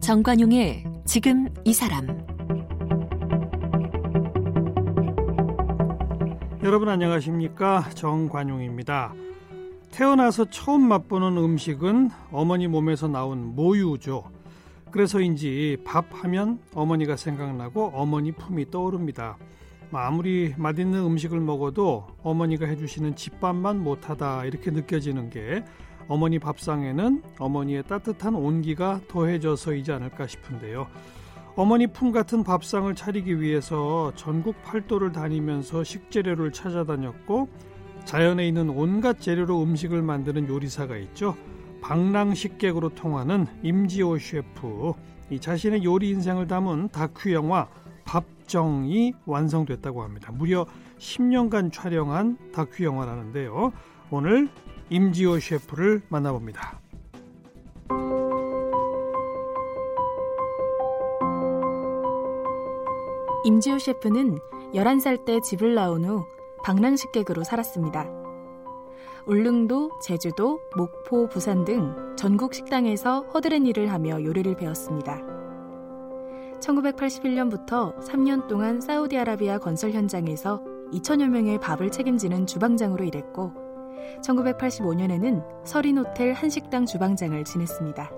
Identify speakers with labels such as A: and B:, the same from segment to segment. A: 정관용의 지금 이 사람
B: 여러분 안녕하십니까 정관용입니다. 태어나서 처음 맛보는 음식은 어머니 몸에서 나온 모유죠. 그래서인지 밥하면 어머니가 생각나고 어머니 품이 떠오릅니다. 아무리 맛있는 음식을 먹어도 어머니가 해주시는 집밥만 못하다 이렇게 느껴지는 게 어머니 밥상에는 어머니의 따뜻한 온기가 더해져서이지 않을까 싶은데요. 어머니 품 같은 밥상을 차리기 위해서 전국 팔도를 다니면서 식재료를 찾아다녔고 자연에 있는 온갖 재료로 음식을 만드는 요리사가 있죠. 방랑식객으로 통하는 임지호 셰프. 이 자신의 요리 인생을 담은 다큐 영화 밥정이 완성됐다고 합니다. 무려 10년간 촬영한 다큐 영화라는데요. 오늘 임지호 셰프를 만나봅니다.
C: 임지호 셰프는 11살 때 집을 나온 후 방랑식객으로 살았습니다. 울릉도, 제주도, 목포, 부산 등 전국 식당에서 허드렛 일을 하며 요리를 배웠습니다. 1981년부터 3년 동안 사우디아라비아 건설 현장에서 2천여 명의 밥을 책임지는 주방장으로 일했고 1985년에는 서린호텔 한식당 주방장을 지냈습니다.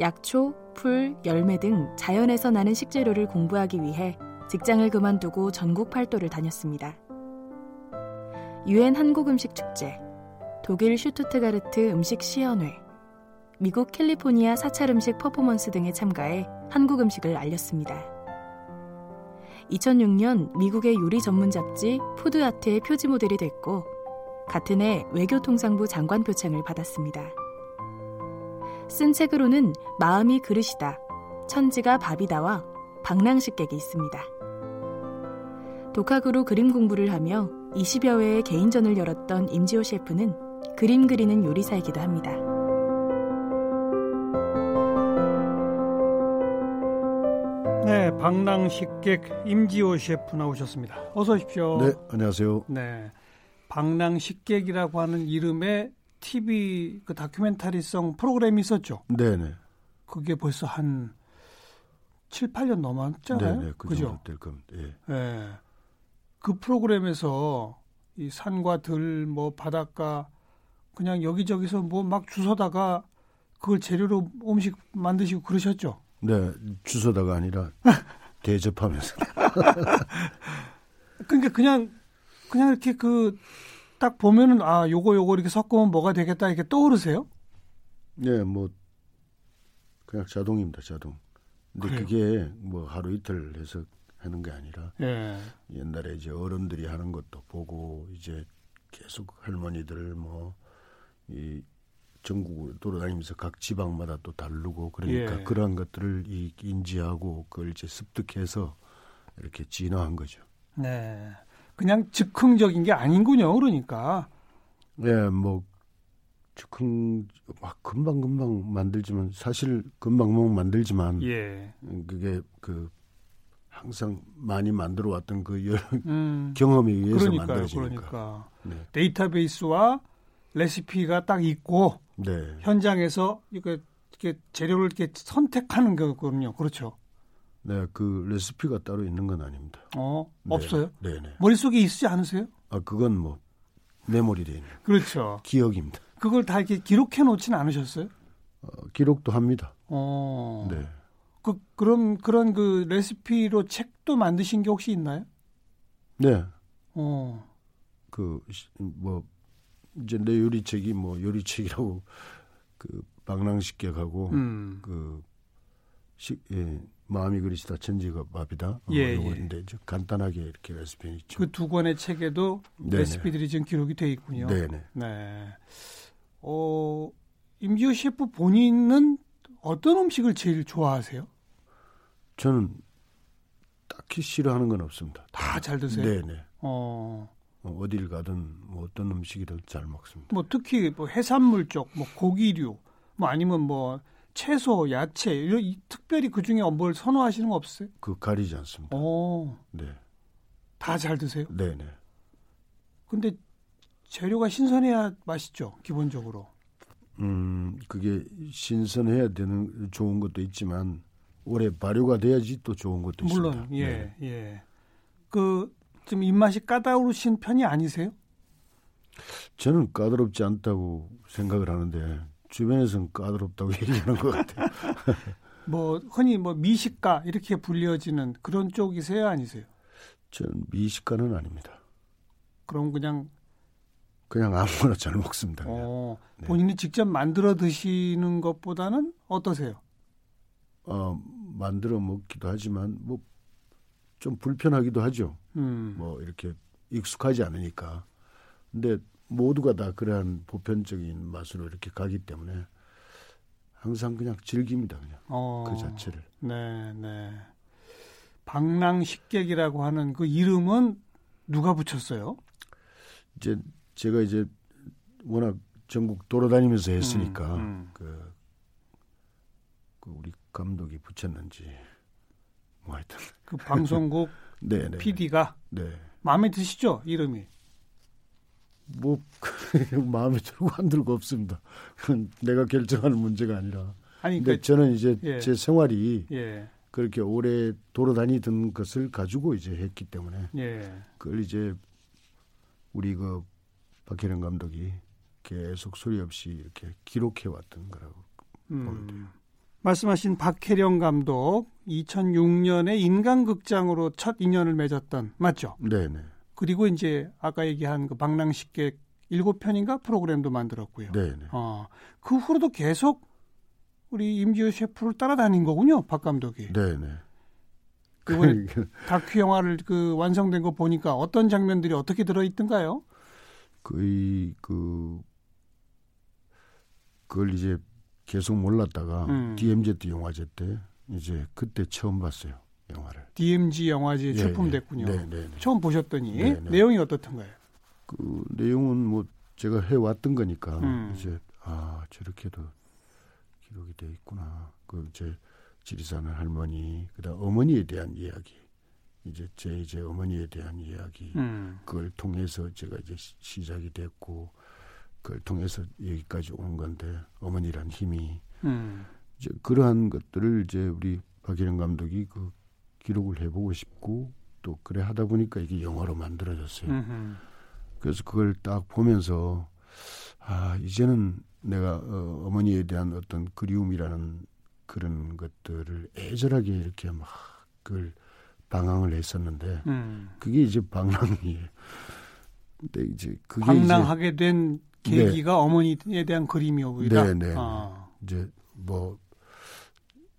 C: 약초, 풀, 열매 등 자연에서 나는 식재료를 공부하기 위해 직장을 그만두고 전국 팔도를 다녔습니다. 유엔 한국음식축제, 독일 슈투트가르트 음식 시연회, 미국 캘리포니아 사찰 음식 퍼포먼스 등에 참가해 한국 음식을 알렸습니다. 2006년 미국의 요리 전문 잡지 푸드아트의 표지 모델이 됐고 같은 해 외교통상부 장관 표창을 받았습니다. 쓴 책으로는 마음이 그릇이다, 천지가 밥이다와 방랑식객이 있습니다. 독학으로 그림 공부를 하며 20여 회의 개인전을 열었던 임지호 셰프는 그림 그리는 요리사이기도 합니다.
B: 네, 방랑식객 임지호 셰프 나오셨습니다. 어서 오십시오.
D: 네, 안녕하세요.
B: 네, 방랑식객이라고 하는 이름의 TV 그 다큐멘터리성 프로그램이 있었죠.
D: 네, 네.
B: 그게 벌써 한 7, 8년 넘었잖아요.
D: 네, 네. 그 정도 될 겁니다. 예.
B: 예. 그 프로그램에서 이 산과 들 뭐 바닷가 그냥 여기저기서 뭐 막 주워다가 그걸 재료로 음식 만드시고 그러셨죠.
D: 네, 주소다가 아니라 대접하면서.
B: 그러니까 그냥 그냥 이렇게 그 딱 보면은 아 요거 요거 이렇게 섞으면 뭐가 되겠다 이렇게 떠오르세요?
D: 네, 뭐 그냥 자동입니다, 자동. 근데 그게뭐 하루 이틀 해서 하는 게 아니라
B: 예.
D: 옛날에 이제 어른들이 하는 것도 보고 이제 계속 할머니들 뭐 이 전국을 돌아다니면서 각 지방마다 또 다르고 그러니까
B: 예.
D: 그러한 것들을 이 인지하고 그걸 이제 습득해서 이렇게 진화한 거죠.
B: 네. 그냥 즉흥적인 게 아닌군요. 그러니까.
D: 예, 뭐 즉흥 막 금방 금방 만들지만 사실 금방 금방 만들지만
B: 예.
D: 음, 그게 그 항상 많이 만들어 왔던 그 여러
B: 음.
D: 경험에 의해서
B: 그러니까요.
D: 만들어지니까.
B: 그러니까.
D: 네.
B: 데이터베이스와 레시피가 딱 있고
D: 네.
B: 현장에서 이렇게, 이렇게 재료를 이렇게 선택하는 거거든요. 그렇죠.
D: 네, 그 레시피가 따로 있는 건 아닙니다.
B: 어,
D: 네.
B: 없어요?
D: 네, 네.
B: 머릿속에 있지 않으세요?
D: 아, 그건 뭐 메모리돼 있는
B: 그렇죠.
D: 기억입니다.
B: 그걸 다 이렇게 기록해 놓지는 않으셨어요?
D: 어, 기록도 합니다.
B: 어.
D: 네.
B: 그 그럼 그런 그 레시피로 책도 만드신 게 혹시 있나요?
D: 네.
B: 어.
D: 그 뭐 이제 내 요리책이 뭐 요리책이라고 그 방랑식객하고
B: 음.
D: 그 시, 예, 마음이 그릇이다 천지가 밥이다 어,
B: 예,
D: 요거인데 이제 간단하게 이렇게 레시피는 있죠.
B: 그 두 권의 책에도
D: 네네.
B: 레시피들이 지금 기록이 돼 있군요.
D: 네네.
B: 네. 어, 임지호 셰프 본인은 어떤 음식을 제일 좋아하세요?
D: 저는 딱히 싫어하는 건 없습니다.
B: 다 잘 드세요?
D: 아, 네네.
B: 어,
D: 어, 어딜 가든 뭐 어떤 음식이든 잘 먹습니다.
B: 뭐 특히 뭐 해산물 쪽, 뭐 고기류, 뭐 아니면 뭐 채소, 야채, 이런 이- 특별히 그 중에 뭘 선호하시는 거 없어요?
D: 그 가리지 않습니다.
B: 어,
D: 네.
B: 다 잘 드세요?
D: 네네.
B: 근데 재료가 신선해야 맛있죠, 기본적으로.
D: 음, 그게 신선해야 되는 좋은 것도 있지만 올해 발효가 돼야지 또 좋은 것도
B: 물론,
D: 있습니다.
B: 예,
D: 네.
B: 예. 그, 좀 입맛이 까다로우신 편이 아니세요?
D: 저는 까다롭지 않다고 생각을 하는데 주변에서는 까다롭다고 얘기하는 것 같아요.
B: 뭐, 흔히 뭐 미식가 이렇게 불려지는 그런 쪽이세요? 아니세요?
D: 저는 미식가는 아닙니다.
B: 그럼 그냥,
D: 그냥 아무거나 잘 먹습니다. 그냥.
B: 어,
D: 네.
B: 본인이 직접 만들어 드시는 것보다는 어떠세요?
D: 어, 만들어 먹기도 하지만 뭐 좀 불편하기도 하죠.
B: 음.
D: 뭐 이렇게 익숙하지 않으니까. 근데 모두가 다 그러한 보편적인 맛으로 이렇게 가기 때문에 항상 그냥 즐깁니다. 그냥
B: 어,
D: 그 자체를.
B: 네, 네. 방랑식객이라고 하는 그 이름은 누가 붙였어요?
D: 이제 제가 이제 워낙 전국 돌아다니면서 했으니까
B: 음, 음.
D: 그, 그 우리 감독이 붙였는지 뭐 하여튼
B: 그 방송국
D: 네, 네.
B: PD가
D: 네.
B: 마음에 드시죠? 이름이.
D: 뭐 마음에 들고 안 들고 없습니다. 그건 내가 결정하는 문제가 아니라.
B: 아니,
D: 근데
B: 그,
D: 저는 이제
B: 예.
D: 제 생활이
B: 예,
D: 그렇게 오래 돌아다니던 것을 가지고 이제 했기 때문에
B: 예.
D: 그걸 이제 우리 그 박혜령 감독이 계속 소리 없이 이렇게 기록해 왔던 거라고.
B: 음. 말씀하신 박혜령 감독 2006년에 인간극장으로 첫 인연을 맺었던 맞죠?
D: 네네.
B: 그리고 이제 아까 얘기한 그 방랑식객 7편인가 프로그램도 만들었고요.
D: 네네.
B: 어, 그 후로도 계속 우리 임지호 셰프를 따라다닌 거군요, 박 감독이.
D: 네네. 그
B: 이번에 다큐 영화를 그 완성된 거 보니까 어떤 장면들이 어떻게 들어있던가요?
D: 거의 그 그걸 이제 계속 몰랐다가
B: 음.
D: DMZ 영화제 때 이제 그때 처음 봤어요 영화를.
B: DMZ 영화제에
D: 예,
B: 출품됐군요.
D: 예. 네, 네, 네.
B: 처음 보셨더니
D: 네, 네.
B: 내용이 어떻던가요?
D: 그 내용은 뭐 제가 해왔던 거니까
B: 음.
D: 이제 아 저렇게도 기록이 돼 있구나. 그 이제 지리산의 할머니 그다음 어머니에 대한 이야기 이제 제 이제 어머니에 대한 이야기
B: 음.
D: 그걸 통해서 제가 이제 시- 시작이 됐고 그걸 통해서 여기까지 온 건데 어머니란 힘이
B: 음.
D: 이제 그러한 것들을 이제 우리 박일영 감독이 그 기록을 해보고 싶고 또 그래 하다 보니까 이게 영화로 만들어졌어요.
B: 음흠.
D: 그래서 그걸 딱 보면서 아 이제는 내가 어, 어머니에 대한 어떤 그리움이라는 그런 것들을 애절하게 이렇게 막 그걸 방황을 했었는데
B: 음.
D: 그게 이제 방랑이에요. 근데 이제 그게
B: 방랑하게 된
D: 네.
B: 계기가 어머니에 대한 그림이오이다.
D: 네, 네,
B: 아,
D: 이제, 이제 뭐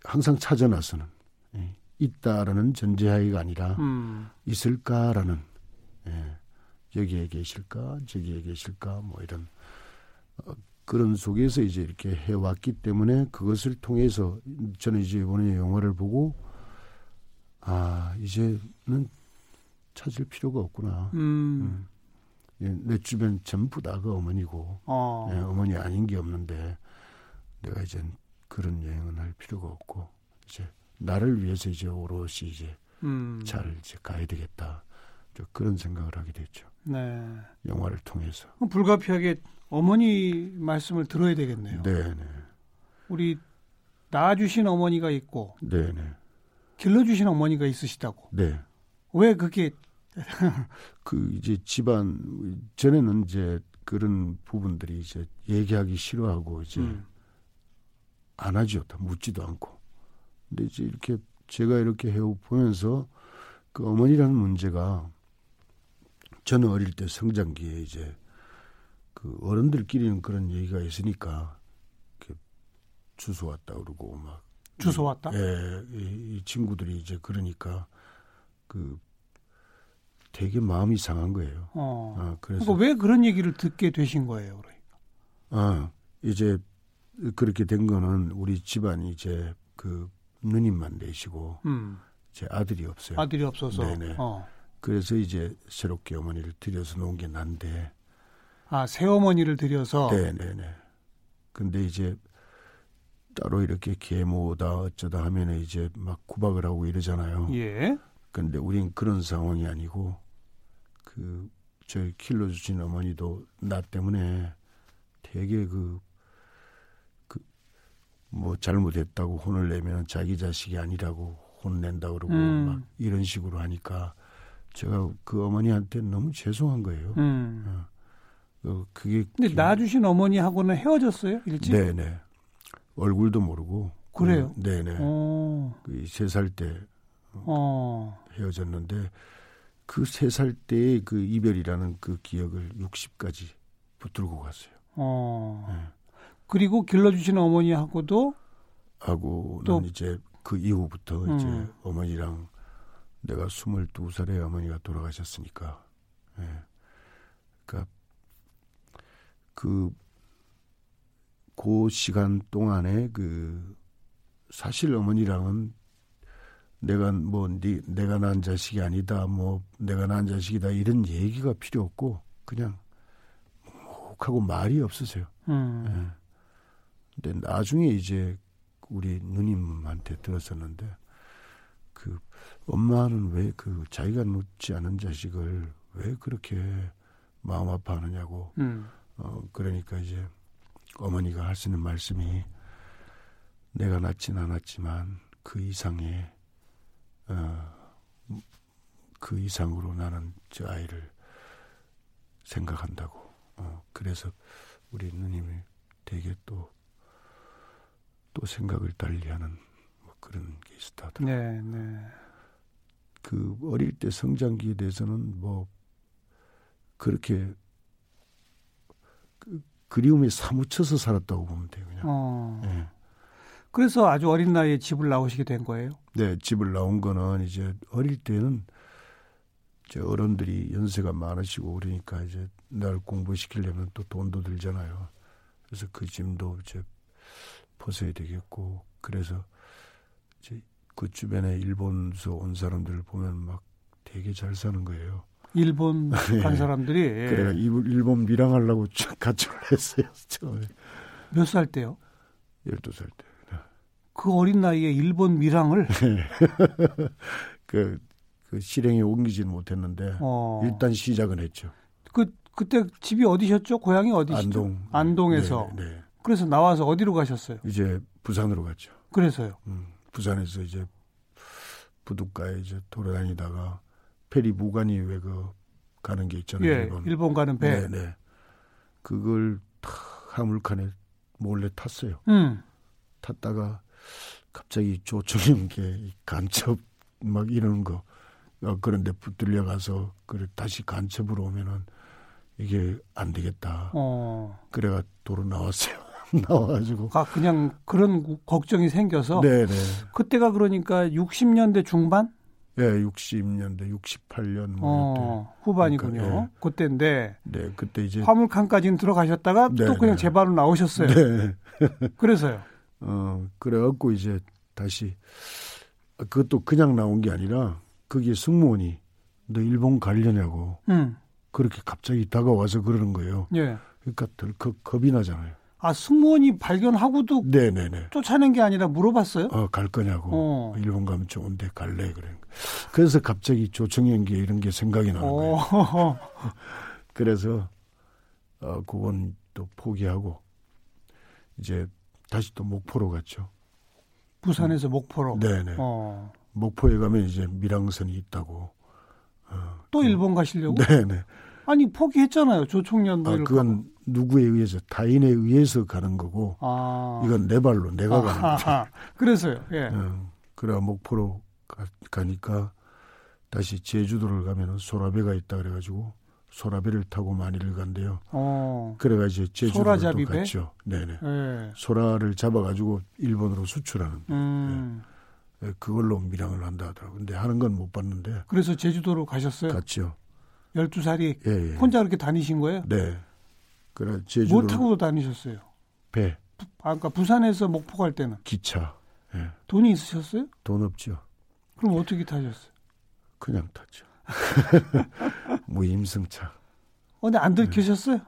D: 항상 찾아나서는 예, 있다라는 전제하에가 아니라
B: 음,
D: 있을까라는 예, 여기에 계실까 저기에 계실까 뭐 이런 어, 그런 속에서 이제 이렇게 해왔기 때문에 그것을 통해서 저는 이제 이번에 영화를 보고 아 이제는 찾을 필요가 없구나.
B: 음,
D: 예, 내 주변 전부 다가 어머니고
B: 어,
D: 예, 어머니 아닌 게 없는데 내가 이제 그런 여행은 할 필요가 없고 이제 나를 위해서 이제 오롯이 이제
B: 음,
D: 잘 이제 가야 되겠다 저 그런 생각을 하게 됐죠
B: 네.
D: 영화를 통해서
B: 그럼 불가피하게 어머니 말씀을 들어야 되겠네요.
D: 네네
B: 우리 낳아주신 어머니가 있고
D: 네네
B: 길러주신 어머니가 있으시다고.
D: 네그 그
B: 왜 그게
D: 이제 집안 전에는 이제 그런 부분들이 이제 얘기하기 싫어하고 이제
B: 음,
D: 안 하죠. 다 묻지도 않고. 근데 이제 이렇게 제가 이렇게 해보면서 그 어머니라는 문제가 저는 어릴 때 성장기에 이제 그 어른들끼리는 그런 얘기가 있으니까 이렇게 주소 왔다 그러고 막
B: 주소 왔다?
D: 예, 이, 이 친구들이 이제 그러니까 그 되게 마음이 상한 거예요.
B: 어.
D: 아, 그래서
B: 그러니까 왜 그런 얘기를 듣게 되신 거예요, 그러니까.
D: 아, 이제 그렇게 된 거는 우리 집안이 이제 그 누님만 내시고
B: 음,
D: 제 아들이 없어요.
B: 아들이 없어서.
D: 네, 네.
B: 어.
D: 그래서 이제 새롭게 어머니를 들여서 놓은 게 난데.
B: 아, 새어머니를 들여서.
D: 네네네. 근데 이제 따로 이렇게 계모다 어쩌다 하면 이제 막 구박을 하고 이러잖아요.
B: 예.
D: 근데 우린 그런 상황이 아니고 그 저희 길러주신 어머니도 나 때문에 되게 그 뭐 잘못했다고 혼을 내면 자기 자식이 아니라고 혼낸다 그러고
B: 음.
D: 막 이런 식으로 하니까 제가 그 어머니한테 너무 죄송한 거예요.
B: 음.
D: 어, 그게
B: 근데
D: 아, 기-
B: 낳아주신 어머니하고는 헤어졌어요 일찍.
D: 네네 얼굴도 모르고
B: 그래요?
D: 그- 네네 그
B: 어,
D: 세살 때
B: 어,
D: 헤어졌는데 그 세 살 때의 그 이별이라는 그 기억을 60까지 붙들고 갔어요.
B: 어.
D: 네.
B: 그리고 길러주신 어머니하고도
D: 하고는
B: 또-
D: 이제 그 이후부터
B: 음.
D: 이제 어머니랑 내가 22살에 어머니가 돌아가셨으니까 예. 그러니까 그그 시간 동안에 그 사실 어머니랑은 내가 뭐 니, 내가 낳은 자식이 아니다 뭐 내가 낳은 자식이다 이런 얘기가 필요 없고 그냥 묵묵하고 말이 없으세요.
B: 음,
D: 예. 근데 나중에 이제 우리 누님한테 들었었는데 그 엄마는 왜 그 자기가 놓지 않은 자식을 왜 그렇게 마음 아파하느냐고
B: 음,
D: 어 그러니까 이제 어머니가 할 수 있는 말씀이 내가 낳진 않았지만 그 이상의 어그 그 이상으로 나는 저 아이를 생각한다고 어 그래서 우리 누님이 되게 또 또 생각을 달리하는 뭐 그런 게 있었다.
B: 네, 네,
D: 그 어릴 때 성장기에 대해서는 뭐 그렇게 그 그리움에 사무쳐서 살았다고 보면 돼요. 그냥.
B: 어.
D: 예.
B: 그래서 아주 어린 나이에 집을 나오시게 된 거예요.
D: 네, 집을 나온 거는 이제 어릴 때는 이제 어른들이 연세가 많으시고 그러니까 이제 날 공부시키려면 또 돈도 들잖아요. 그래서 그 짐도 이제 벗어야 되겠고 그래서 이제 그 주변에 일본서 온 사람들을 보면 막 되게 잘 사는 거예요.
B: 일본 간
D: 예.
B: 사람들이
D: 그래가 일- 일본 밀항하려고 쭉 가출을 했어요. 처음에
B: 몇 살 때요?
D: 네. 12살 때.
B: 그 어린 나이에 일본 밀항을
D: 그, 그 실행에 옮기지는 못했는데
B: 어,
D: 일단 시작은 했죠.
B: 그 그때 집이 어디셨죠? 고향이 어디시죠?
D: 안동.
B: 안동에서
D: 네, 네.
B: 그래서 나와서 어디로 가셨어요?
D: 이제 부산으로 갔죠.
B: 그래서요.
D: 음, 부산에서 이제 부두가에 이제 돌아다니다가 페리 무관이 왜 그 가는 게 있잖아요.
B: 예,
D: 일본.
B: 일본 가는 배.
D: 네, 네. 그걸 탁 하물칸에 몰래 탔어요.
B: 음.
D: 탔다가 갑자기 조청인 게 간첩 막 이러는 거 어, 그런데 붙들려 가서 그래 다시 간첩으로 오면은 이게 안 되겠다.
B: 어.
D: 그래가 도로 나왔어요. 나와가지고
B: 아, 그냥 그런 구- 걱정이 생겨서
D: 네네.
B: 그때가 그러니까 60년대 중반
D: 예, 60년대, 68년 뭐 이때.
B: 어, 후반이군요.
D: 그러니까,
B: 그때인데
D: 네 그때 이제
B: 화물칸까지는 들어가셨다가
D: 네,
B: 또 그냥
D: 네.
B: 제발로 나오셨어요.
D: 네.
B: 그래서요.
D: 어 그래갖고 이제 다시 그것도 그냥 나온 게 아니라 거기에 승무원이 너 일본 가려냐고
B: 음.
D: 그렇게 갑자기 다가와서 그러는 거예요.
B: 예.
D: 그러니까 덜컥 겁이 나잖아요.
B: 아, 승무원이 발견하고도
D: 네네네.
B: 쫓아낸 게 아니라 물어봤어요?
D: 어, 갈 거냐고.
B: 어.
D: 일본 가면 좋은데 갈래 그래. 그래서 갑자기 조청연기 이런 게 생각이 나는 거예요.
B: 어.
D: 그래서 어, 그건 또 포기하고 이제 다시 또 목포로 갔죠.
B: 부산에서 목포로.
D: 네네.
B: 어.
D: 목포에 가면 이제 밀항선이 있다고.
B: 또 일본 가시려고?
D: 네네.
B: 아니, 포기했잖아요. 조총련
D: 아,
B: 뭐
D: 그건 누구에 의해서 타인에 의해서 가는 거고
B: 아.
D: 이건 내 발로 내가 가는
B: 아,
D: 거야.
B: 아, 아. 그래서요. 예.
D: 어, 그래 목포로 가, 가니까 다시 제주도를 가면은 소라배가 있다 그래가지고 소라배를 타고 만일을 간대요.
B: 어.
D: 그래가 이제 제주도를
B: 소라잡이
D: 또
B: 배?
D: 갔죠. 네네.
B: 예.
D: 소라를 잡아가지고 일본으로 수출하는
B: 음.
D: 예, 그걸로 밀항을 한다 하더라고. 근데 하는 건 못 봤는데
B: 그래서 제주도로 가셨어요?
D: 갔죠.
B: 12살이
D: 예, 예.
B: 예. 혼자 그렇게 다니신 거예요?
D: 네. 그래
B: 뭐
D: 제주도
B: 타고 다니셨어요?
D: 배
B: 아까 그러니까 부산에서 목포 갈 때는
D: 기차 예.
B: 돈이 있으셨어요?
D: 돈 없죠.
B: 그럼 어떻게 타셨어요?
D: 그냥 탔죠. 무임승차.
B: 어, 근데 안
D: 네.
B: 들키셨어요?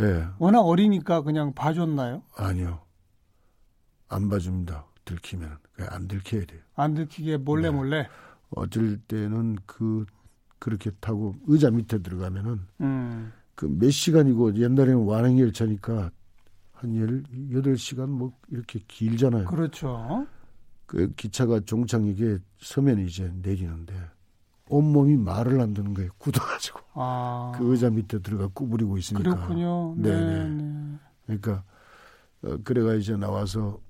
D: 예.
B: 워낙 어리니까 그냥 봐줬나요?
D: 아니요. 안 봐줍니다. 들키면. 그냥 안 들켜야 돼요.
B: 안 들키게 몰래
D: 네.
B: 몰래.
D: 어쩔 때는 그, 그렇게 타고 의자 밑에 들어가면은
B: 음.
D: 그 몇 시간이고 옛날에는 완행열차니까 한 18시간 뭐 이렇게 길잖아요.
B: 그렇죠.
D: 그 기차가 종착역에 서면 이제 내리는데 온몸이 말을 안 듣는 거예요. 굳어가지고.
B: 아.
D: 그 의자 밑에 들어가 구부리고 있으니까.
B: 그렇군요.
D: 네,
B: 네.
D: 네.
B: 네.
D: 그러니까 어, 그래가 이제 나와서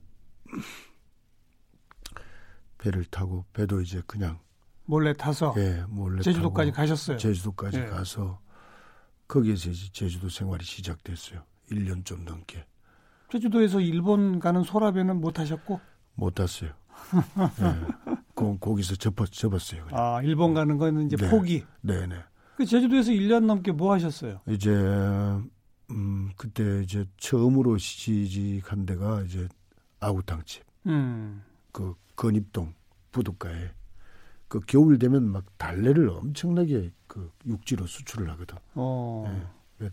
D: 배를 타고 배도 이제 그냥
B: 몰래 타서
D: 예 몰래
B: 아, 제주도까지
D: 타고
B: 가셨어요.
D: 제주도까지
B: 예.
D: 가서 거기에서 이제 제주도 생활이 시작됐어요. 1년 좀 넘게
B: 제주도에서 일본 가는 소라배는 못 타셨고
D: 못 탔어요. 예. 거, 거기서 접었, 접었어요. 그냥.
B: 아, 일본 가는 거는 이제
D: 네.
B: 포기.
D: 네네.
B: 그 제주도에서 1년 넘게 뭐 하셨어요?
D: 이제 음 그때 이제 처음으로 시집한 데가 이제 아구탕집.
B: 음.
D: 그 건입동 부두가에 그 겨울 되면 막 달래를 엄청나게 그 육지로 수출을 하거든.
B: 어.
D: 예.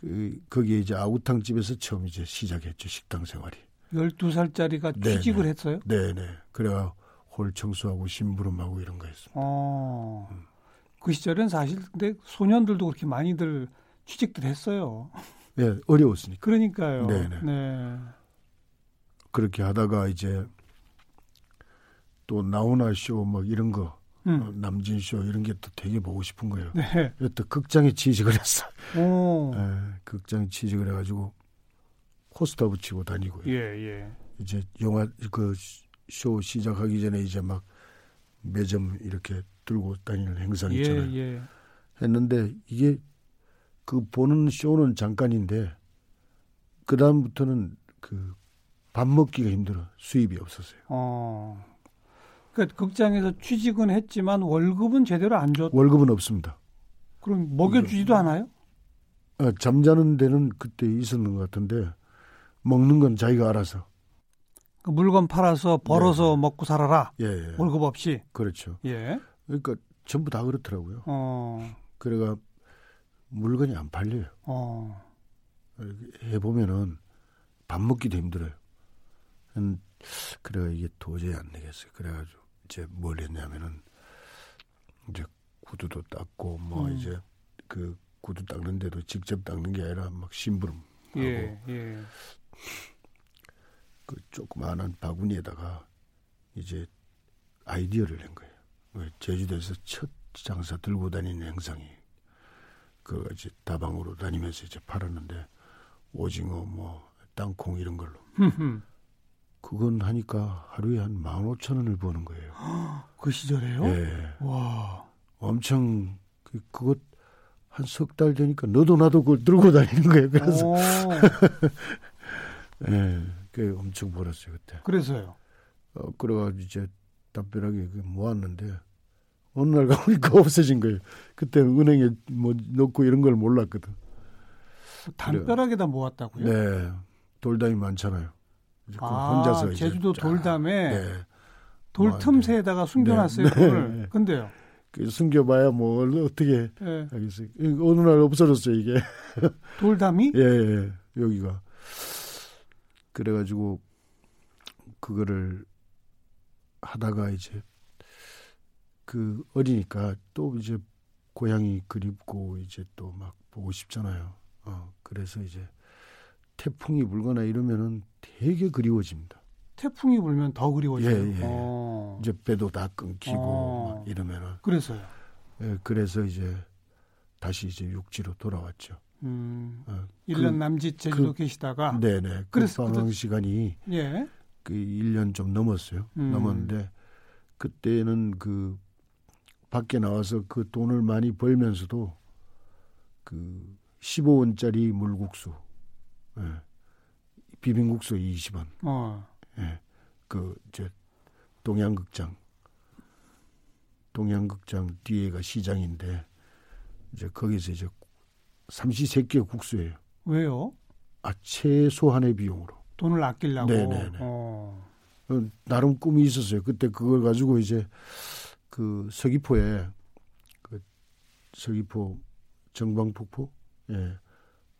D: 그 거기에 이제 아우탕 집에서 처음 이제 시작했죠 식당 생활이.
B: 12살짜리가
D: 네,
B: 취직을
D: 네.
B: 했어요?
D: 네네. 그래가 홀 청소하고 심부름하고 이런 거였습니다.
B: 어. 그 시절엔 사실 근데 소년들도 그렇게 많이들 취직들 했어요.
D: 예, 어려웠으니까
B: 그러니까요.
D: 네, 네.
B: 네.
D: 그렇게 하다가 이제 또 나훈아 쇼 막 이런 거 어,
B: 음.
D: 남진 쇼 이런 게 또 되게 보고 싶은 거예요.
B: 네.
D: 그래서 또 극장에 취직을 했어.
B: 오.
D: 예, 극장에 취직을 해가지고 포스터 붙이고 다니고요.
B: 예, 예.
D: 이제 영화 그 쇼 시작하기 전에 이제 막 매점 이렇게 들고 다니는 행상
B: 예,
D: 있잖아요.
B: 예.
D: 했는데 이게 그 보는 쇼는 잠깐인데 그 다음부터는 그 밥 먹기가 힘들어 수입이 없었어요.
B: 어. 그러니까 극장에서 취직은 했지만 월급은 제대로 안 줬.
D: 월급은 없습니다.
B: 그럼
D: 음.
B: 먹여주지도 않아요?
D: 아, 잠자는 데는 그때 있었는 것 같은데 먹는 건 자기가 알아서
B: 그 물건 팔아서 벌어서 먹고 살아라.
D: 예, 예.
B: 월급 없이.
D: 그렇죠.
B: 예.
D: 그러니까 전부 다 그렇더라고요.
B: 어.
D: 그래가 물건이 안 팔려요.
B: 어.
D: 해보면은 밥 먹기도 힘들어요. 한- 그래 이게 도저히 안 되겠어요. 그래가지고 이제 뭘 했냐면은 이제 구두도 닦고 뭐
B: 음.
D: 이제 그 구두 닦는데도 직접 닦는 게 아니라 막 심부름 하고
B: 예, 예.
D: 그 조그마한 바구니에다가 이제 아이디어를 낸 거예요. 그 제주도에서 첫 장사 들고 다니는 행상이 그 이제 다방으로 다니면서 이제 팔았는데 오징어 뭐 땅콩 이런 걸로
B: 흠흠.
D: 그건 하니까 하루에 한 15,000원을 버는 거예요.
B: 그 시절에요?
D: 예.
B: 와.
D: 엄청 그, 그것 한 석 달 되니까 너도 나도 그걸 들고 다니는 거예요. 그래서
B: 오,
D: 예. 그 엄청 벌었어요, 그때.
B: 그래서요.
D: 어, 그래가지고 이제 답변하게 그 모았는데 어느 날 가보니까 없어진 거예요. 그때 은행에 뭐 넣고 이런 걸 몰랐거든.
B: 담벼락에다 모았다고요?
D: 네, 돌담이 많잖아요. 이제 그거
B: 아,
D: 혼자서 이제
B: 제주도
D: 쫙,
B: 돌담에
D: 네.
B: 돌
D: 뭐, 네.
B: 틈새에다가 숨겨놨어요.
D: 네.
B: 그걸.
D: 네.
B: 근데요.
D: 그 숨겨봐야 뭘 어떻게
B: 예.
D: 하겠어요. 이거 어느 날 없어졌어요 이게.
B: 돌담이?
D: 예, 예, 여기가 그래가지고 그거를 하다가 이제 그 어리니까 또 이제 고향이 그립고 이제 또 막 보고 싶잖아요. 어 그래서 이제 태풍이 불거나 이러면은 되게 그리워집니다.
B: 태풍이 불면 더 그리워져요.
D: 예, 예.
B: 어.
D: 이제 배도 다 끊기고
B: 어.
D: 막 이러면은
B: 그래서요.
D: 예, 그래서 이제 다시 이제 육지로 돌아왔죠.
B: 음,
D: 어,
B: 일 1년 남짓 제주도 계시다가
D: 네네. 그
B: 아. 그래서
D: 방황 시간이
B: 예.
D: 그 1년 좀 넘었어요.
B: 음.
D: 넘었는데 그때는 그 밖에 나와서 그 돈을 많이 벌면서도 그 15원짜리 물국수, 예. 비빔국수 20원,
B: 어.
D: 예. 그 이제 동양극장, 동양극장 뒤에가 시장인데 이제 거기서 이제 삼시세끼의 국수예요.
B: 왜요?
D: 아 최소한의 비용으로.
B: 돈을 아끼려고.
D: 네, 네, 네.
B: 어.
D: 어, 나름 꿈이 있었어요. 그때 그걸 가지고 이제 그 서귀포에 그 서귀포 정방폭포 예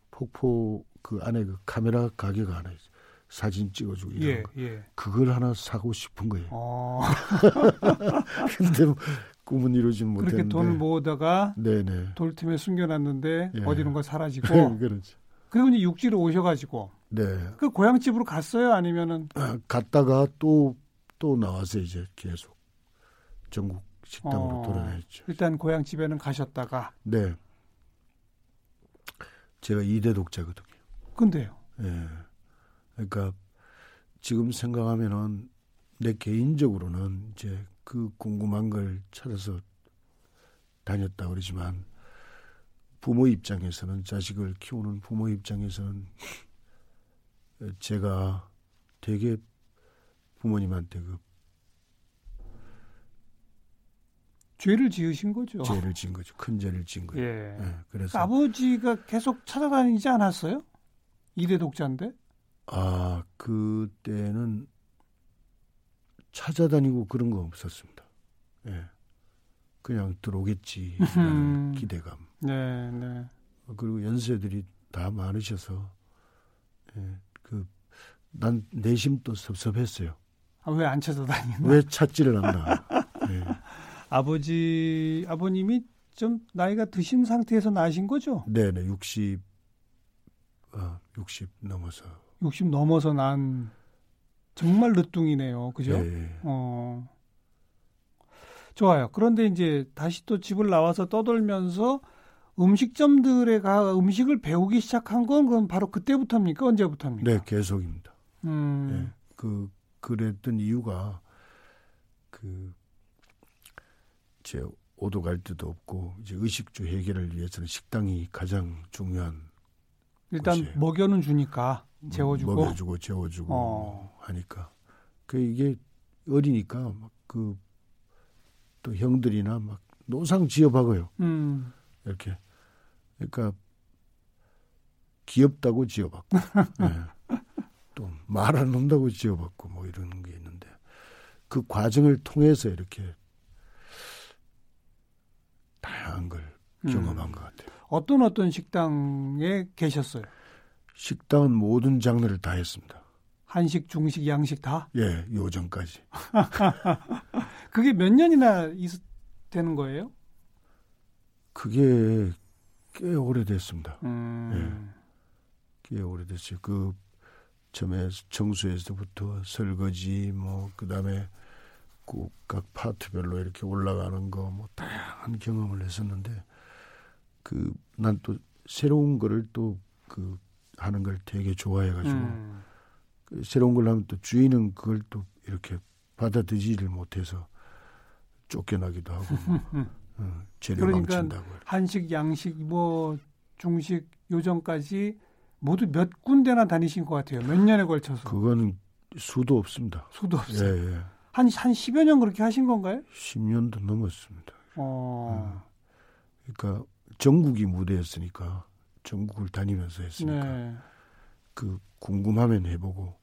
D: 폭포 그 안에 그 카메라 가게가 하나 있어요. 사진 찍어주고 이런
B: 예,
D: 거.
B: 예.
D: 그걸 하나 사고 싶은 거예요.
B: 어. 아.
D: 근데 뭐 꿈은 이루지 못했는데.
B: 뭐 그렇게 돈을 모으다가
D: 네. 네네.
B: 돌틈에 숨겨놨는데
D: 예.
B: 어디론가 사라지고
D: 그렇죠.
B: 그리고 이제 육지로 오셔가지고
D: 네.
B: 그 고향 집으로 갔어요? 아니면은
D: 아, 갔다가 또, 또 나와서 이제 계속 전국 식당으로
B: 어,
D: 돌아다녔죠.
B: 일단 고향 집에는 가셨다가
D: 네. 제가 2대 독자거든요.
B: 근데요.
D: 예. 그러니까 지금 생각하면은 내 개인적으로는 이제 그 궁금한 걸 찾아서 다녔다 그러지만 부모 입장에서는 자식을 키우는 부모 입장에서는 제가 되게 부모님한테 그
B: 죄를 지으신 거죠.
D: 죄를 지은 거죠. 큰 죄를 지은 거예요.
B: 어. 예.
D: 예,
B: 그
D: 그래서
B: 아버지가 계속 찾아다니지 않았어요? 이대 독자인데?
D: 아, 그때는 찾아다니고 그런 거 없었습니다. 예. 그냥 들어오겠지라는
B: 음.
D: 기대감.
B: 네, 네.
D: 그리고 연세들이 다 많으셔서, 예, 그, 난 내심 또 섭섭했어요.
B: 아, 왜 안 찾아다니나?
D: 왜 찾지를 않나. 예.
B: 아버지, 아버님이 좀 나이가 드신 상태에서 나신 거죠?
D: 네네, 60, 아, 60 넘어서.
B: 60 넘어서 난 정말 늦둥이네요. 그죠?
D: 예,
B: 어. 좋아요. 그런데 이제 다시 또 집을 나와서 떠돌면서 음식점들에 가 음식을 배우기 시작한 건 그건 바로 그때부터입니까? 언제부터입니까?
D: 네, 계속입니다. 예,
B: 음.
D: 그 그랬던 이유가 그 제 오도 갈 데도 없고 이제 의식주 해결을 위해서는 식당이 가장 중요한 뭐
B: 일단
D: 그치.
B: 먹여는 주니까 재워주고.
D: 음, 먹여주고 재워주고 뭐
B: 어.
D: 하니까 그 이게 어리니까 막 그 또 형들이나 막 노상 지업하고요
B: 음.
D: 이렇게 그러니까 귀엽다고 지어봤고 예. 또 말 안 한다고 지어봤고 뭐 이런 게 있는데 그 과정을 통해서 이렇게 다양한 걸 경험한 것 같아요.
B: 음. 어떤 어떤 식당에 계셨어요?
D: 식당은 모든 장르를 다 했습니다.
B: 한식, 중식, 양식 다?
D: 예, 요정까지.
B: 그게 몇 년이나 있, 되는 거예요?
D: 그게 꽤 오래됐습니다.
B: 음.
D: 네. 꽤 오래됐어요. 그 처음에 청소에서부터 설거지 뭐 그다음에 그 각 파트별로 이렇게 올라가는 거 뭐 다양한 경험을 했었는데 그 난 또 새로운 거를 또 그 하는 걸 되게 좋아해 가지고
B: 음.
D: 그 새로운 걸 하면 또 주인은 그걸 또 이렇게 받아들이지를 못해서 쫓겨나기도 하고 뭐, 어, 재료
B: 음. 그러니까
D: 망친다고
B: 한식, 양식, 뭐 중식, 요정까지 모두 몇 군데나 다니신 것 같아요. 몇 년에 걸쳐서.
D: 그거는 수도 없습니다.
B: 수도
D: 예,
B: 없어요.
D: 예.
B: 한, 한 10여 년 그렇게 하신 건가요?
D: 10년도 넘었습니다.
B: 어.
D: 그러니까 전국이 무대였으니까 전국을 다니면서 했으니까
B: 네.
D: 그 궁금하면 해보고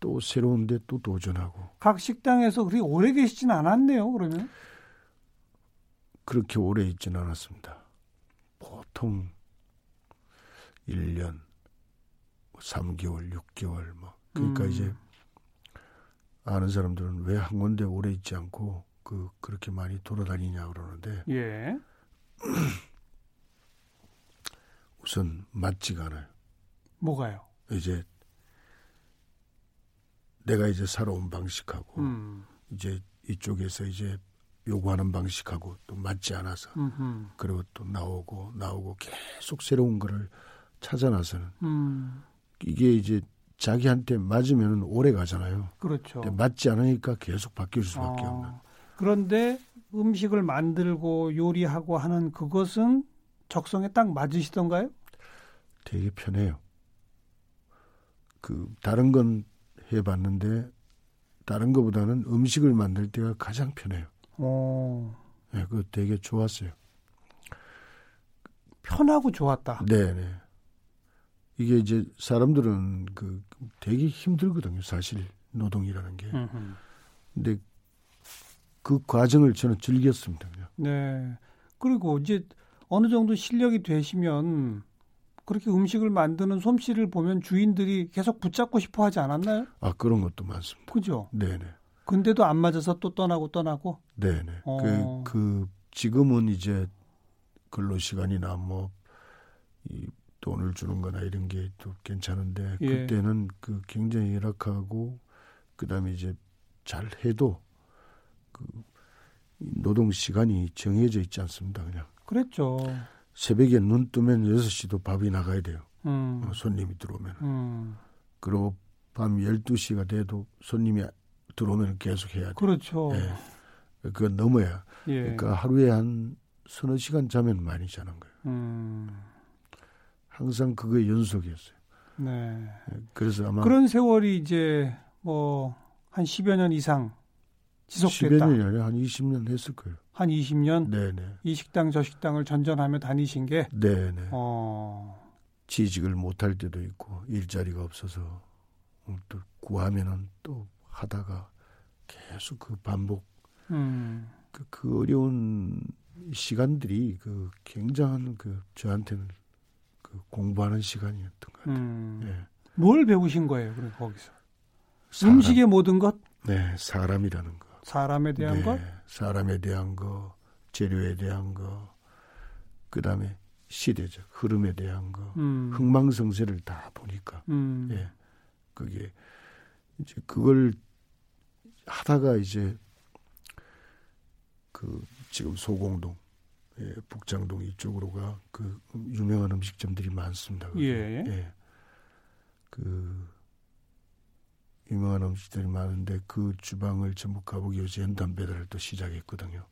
D: 또 새로운데 또 도전하고
B: 각 식당에서 그렇게 오래 계시진 않았네요, 그러면.
D: 그렇게 오래 있지는 않았습니다. 보통 1년, 뭐 3개월, 6개월 막 그러니까
B: 음.
D: 이제 아는 사람들은 왜 한 군데 오래 있지 않고 그 그렇게 많이 돌아다니냐 그러는데
B: 예.
D: 우선 맞지가 않아요.
B: 뭐가요?
D: 이제 내가 이제 살아온 방식하고
B: 음.
D: 이제 이쪽에서 이제 요구하는 방식하고 또 맞지 않아서
B: 음.
D: 그리고 또 나오고 나오고 계속 새로운 거를 찾아 나서는
B: 음.
D: 이게 이제 자기한테 맞으면 오래 가잖아요.
B: 그렇죠.
D: 근데 맞지 않으니까 계속 바뀔 수밖에
B: 어,
D: 없는.
B: 그런데 음식을 만들고 요리하고 하는 그것은 적성에 딱 맞으시던가요?
D: 되게 편해요. 그 다른 건 해봤는데 다른 거보다는 음식을 만들 때가 가장 편해요.
B: 어,
D: 예, 그거 되게 좋았어요.
B: 편하고 좋았다.
D: 네네. 이게 이제 사람들은 그 되게 힘들거든요, 사실 노동이라는 게.
B: 음흠.
D: 근데 그 과정을 저는 즐겼습니다. 그냥.
B: 네. 그리고 이제 어느 정도 실력이 되시면 그렇게 음식을 만드는 솜씨를 보면 주인들이 계속 붙잡고 싶어 하지 않았나요?
D: 아 그런 것도 많습니다.
B: 그죠?
D: 네네.
B: 근데도 안 맞아서 또 떠나고 떠나고.
D: 네네.
B: 어.
D: 그, 그 지금은 이제 근로 시간이나 뭐 이 돈을 주는 거나 이런 게 또 괜찮은데
B: 예.
D: 그때는 그 굉장히 열악하고 그다음에 이제 잘 해도 그 노동 시간이 정해져 있지 않습니다. 그냥
B: 그랬죠.
D: 새벽에 눈 뜨면 6시도 밥이 나가야 돼요.
B: 음.
D: 어, 손님이 들어오면.
B: 음.
D: 그리고 밤 12시가 돼도 손님이 들어오면 계속 해야 돼요. 예.
B: 그렇죠.
D: 그거 넘어야.
B: 예.
D: 그러니까 하루에 한 서너 시간 자면 많이 자는 거예요.
B: 음.
D: 항상 그거 연속이었어요.
B: 네.
D: 예, 그래서 아마
B: 그런 세월이 이제 뭐 한 10여 년 이상
D: 10여
B: 지속됐다. 음.
D: 년이 아니라 한 20년 했을 거예요.
B: 한 20년
D: 네네.
B: 이 식당 저 식당을 전전하며 다니신 게
D: 네네.
B: 어.
D: 취직을 못할 때도 있고 일자리가 없어서 음, 또 구하면은 또 하다가 계속 그 반복
B: 음.
D: 그, 그 어려운 시간들이 그 굉장한 그 저한테는 그 공부하는 시간이었던 것 같아요.
B: 음.
D: 예.
B: 뭘 배우신 거예요? 그럼 거기서.
D: 사람,
B: 음식의 모든 것,
D: 네 사람이라는 거,
B: 사람에 대한
D: 네,
B: 것.
D: 사람에 대한 거, 재료에 대한 거, 그 다음에 시대적 흐름에 대한 거,
B: 음.
D: 흥망성쇠를 다 보니까
B: 음.
D: 예. 그게 이제 그걸 하다가 이제 그 지금 소공동, 예, 북장동 이쪽으로가 그 유명한 음식점들이 많습니다. 거기.
B: 예.
D: 그 유명한 음식들이 많은데 그 주방을 전부 가보기 위해서 연탄 배달을 또 시작했거든요.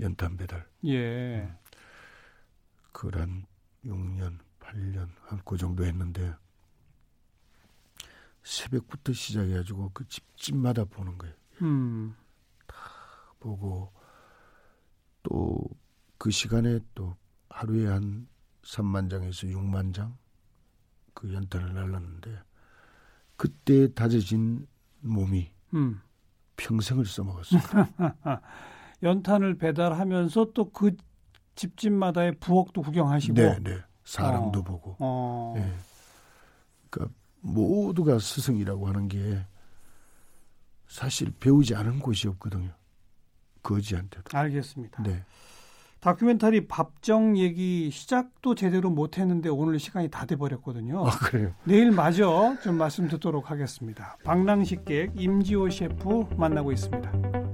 D: 연탄 배달.
B: 예.
D: 그한 6년, 8년 한 그 정도 했는데 새벽부터 시작해가지고 그 집집마다 보는 거예요.
B: 음.
D: 보고 또 그 시간에 또 하루에 한 3만 장에서 6만 장 그 연탄을 날랐는데 그때 다져진 몸이
B: 음.
D: 평생을 써먹었어요.
B: 연탄을 배달하면서 또 그 집집마다의 부엌도 구경하시고.
D: 네, 네. 사람도
B: 어.
D: 보고
B: 어.
D: 예. 그러니까 모두가 스승이라고 하는 게 사실 배우지 않은 곳이 없거든요. 거지한테도.
B: 알겠습니다.
D: 네.
B: 다큐멘터리 밥정 얘기 시작도 제대로 못 했는데 오늘 시간이 다 돼 버렸거든요.
D: 아 그래요.
B: 내일 마저 좀 말씀 듣도록 하겠습니다. 방랑식객 임지호 셰프 만나고 있습니다.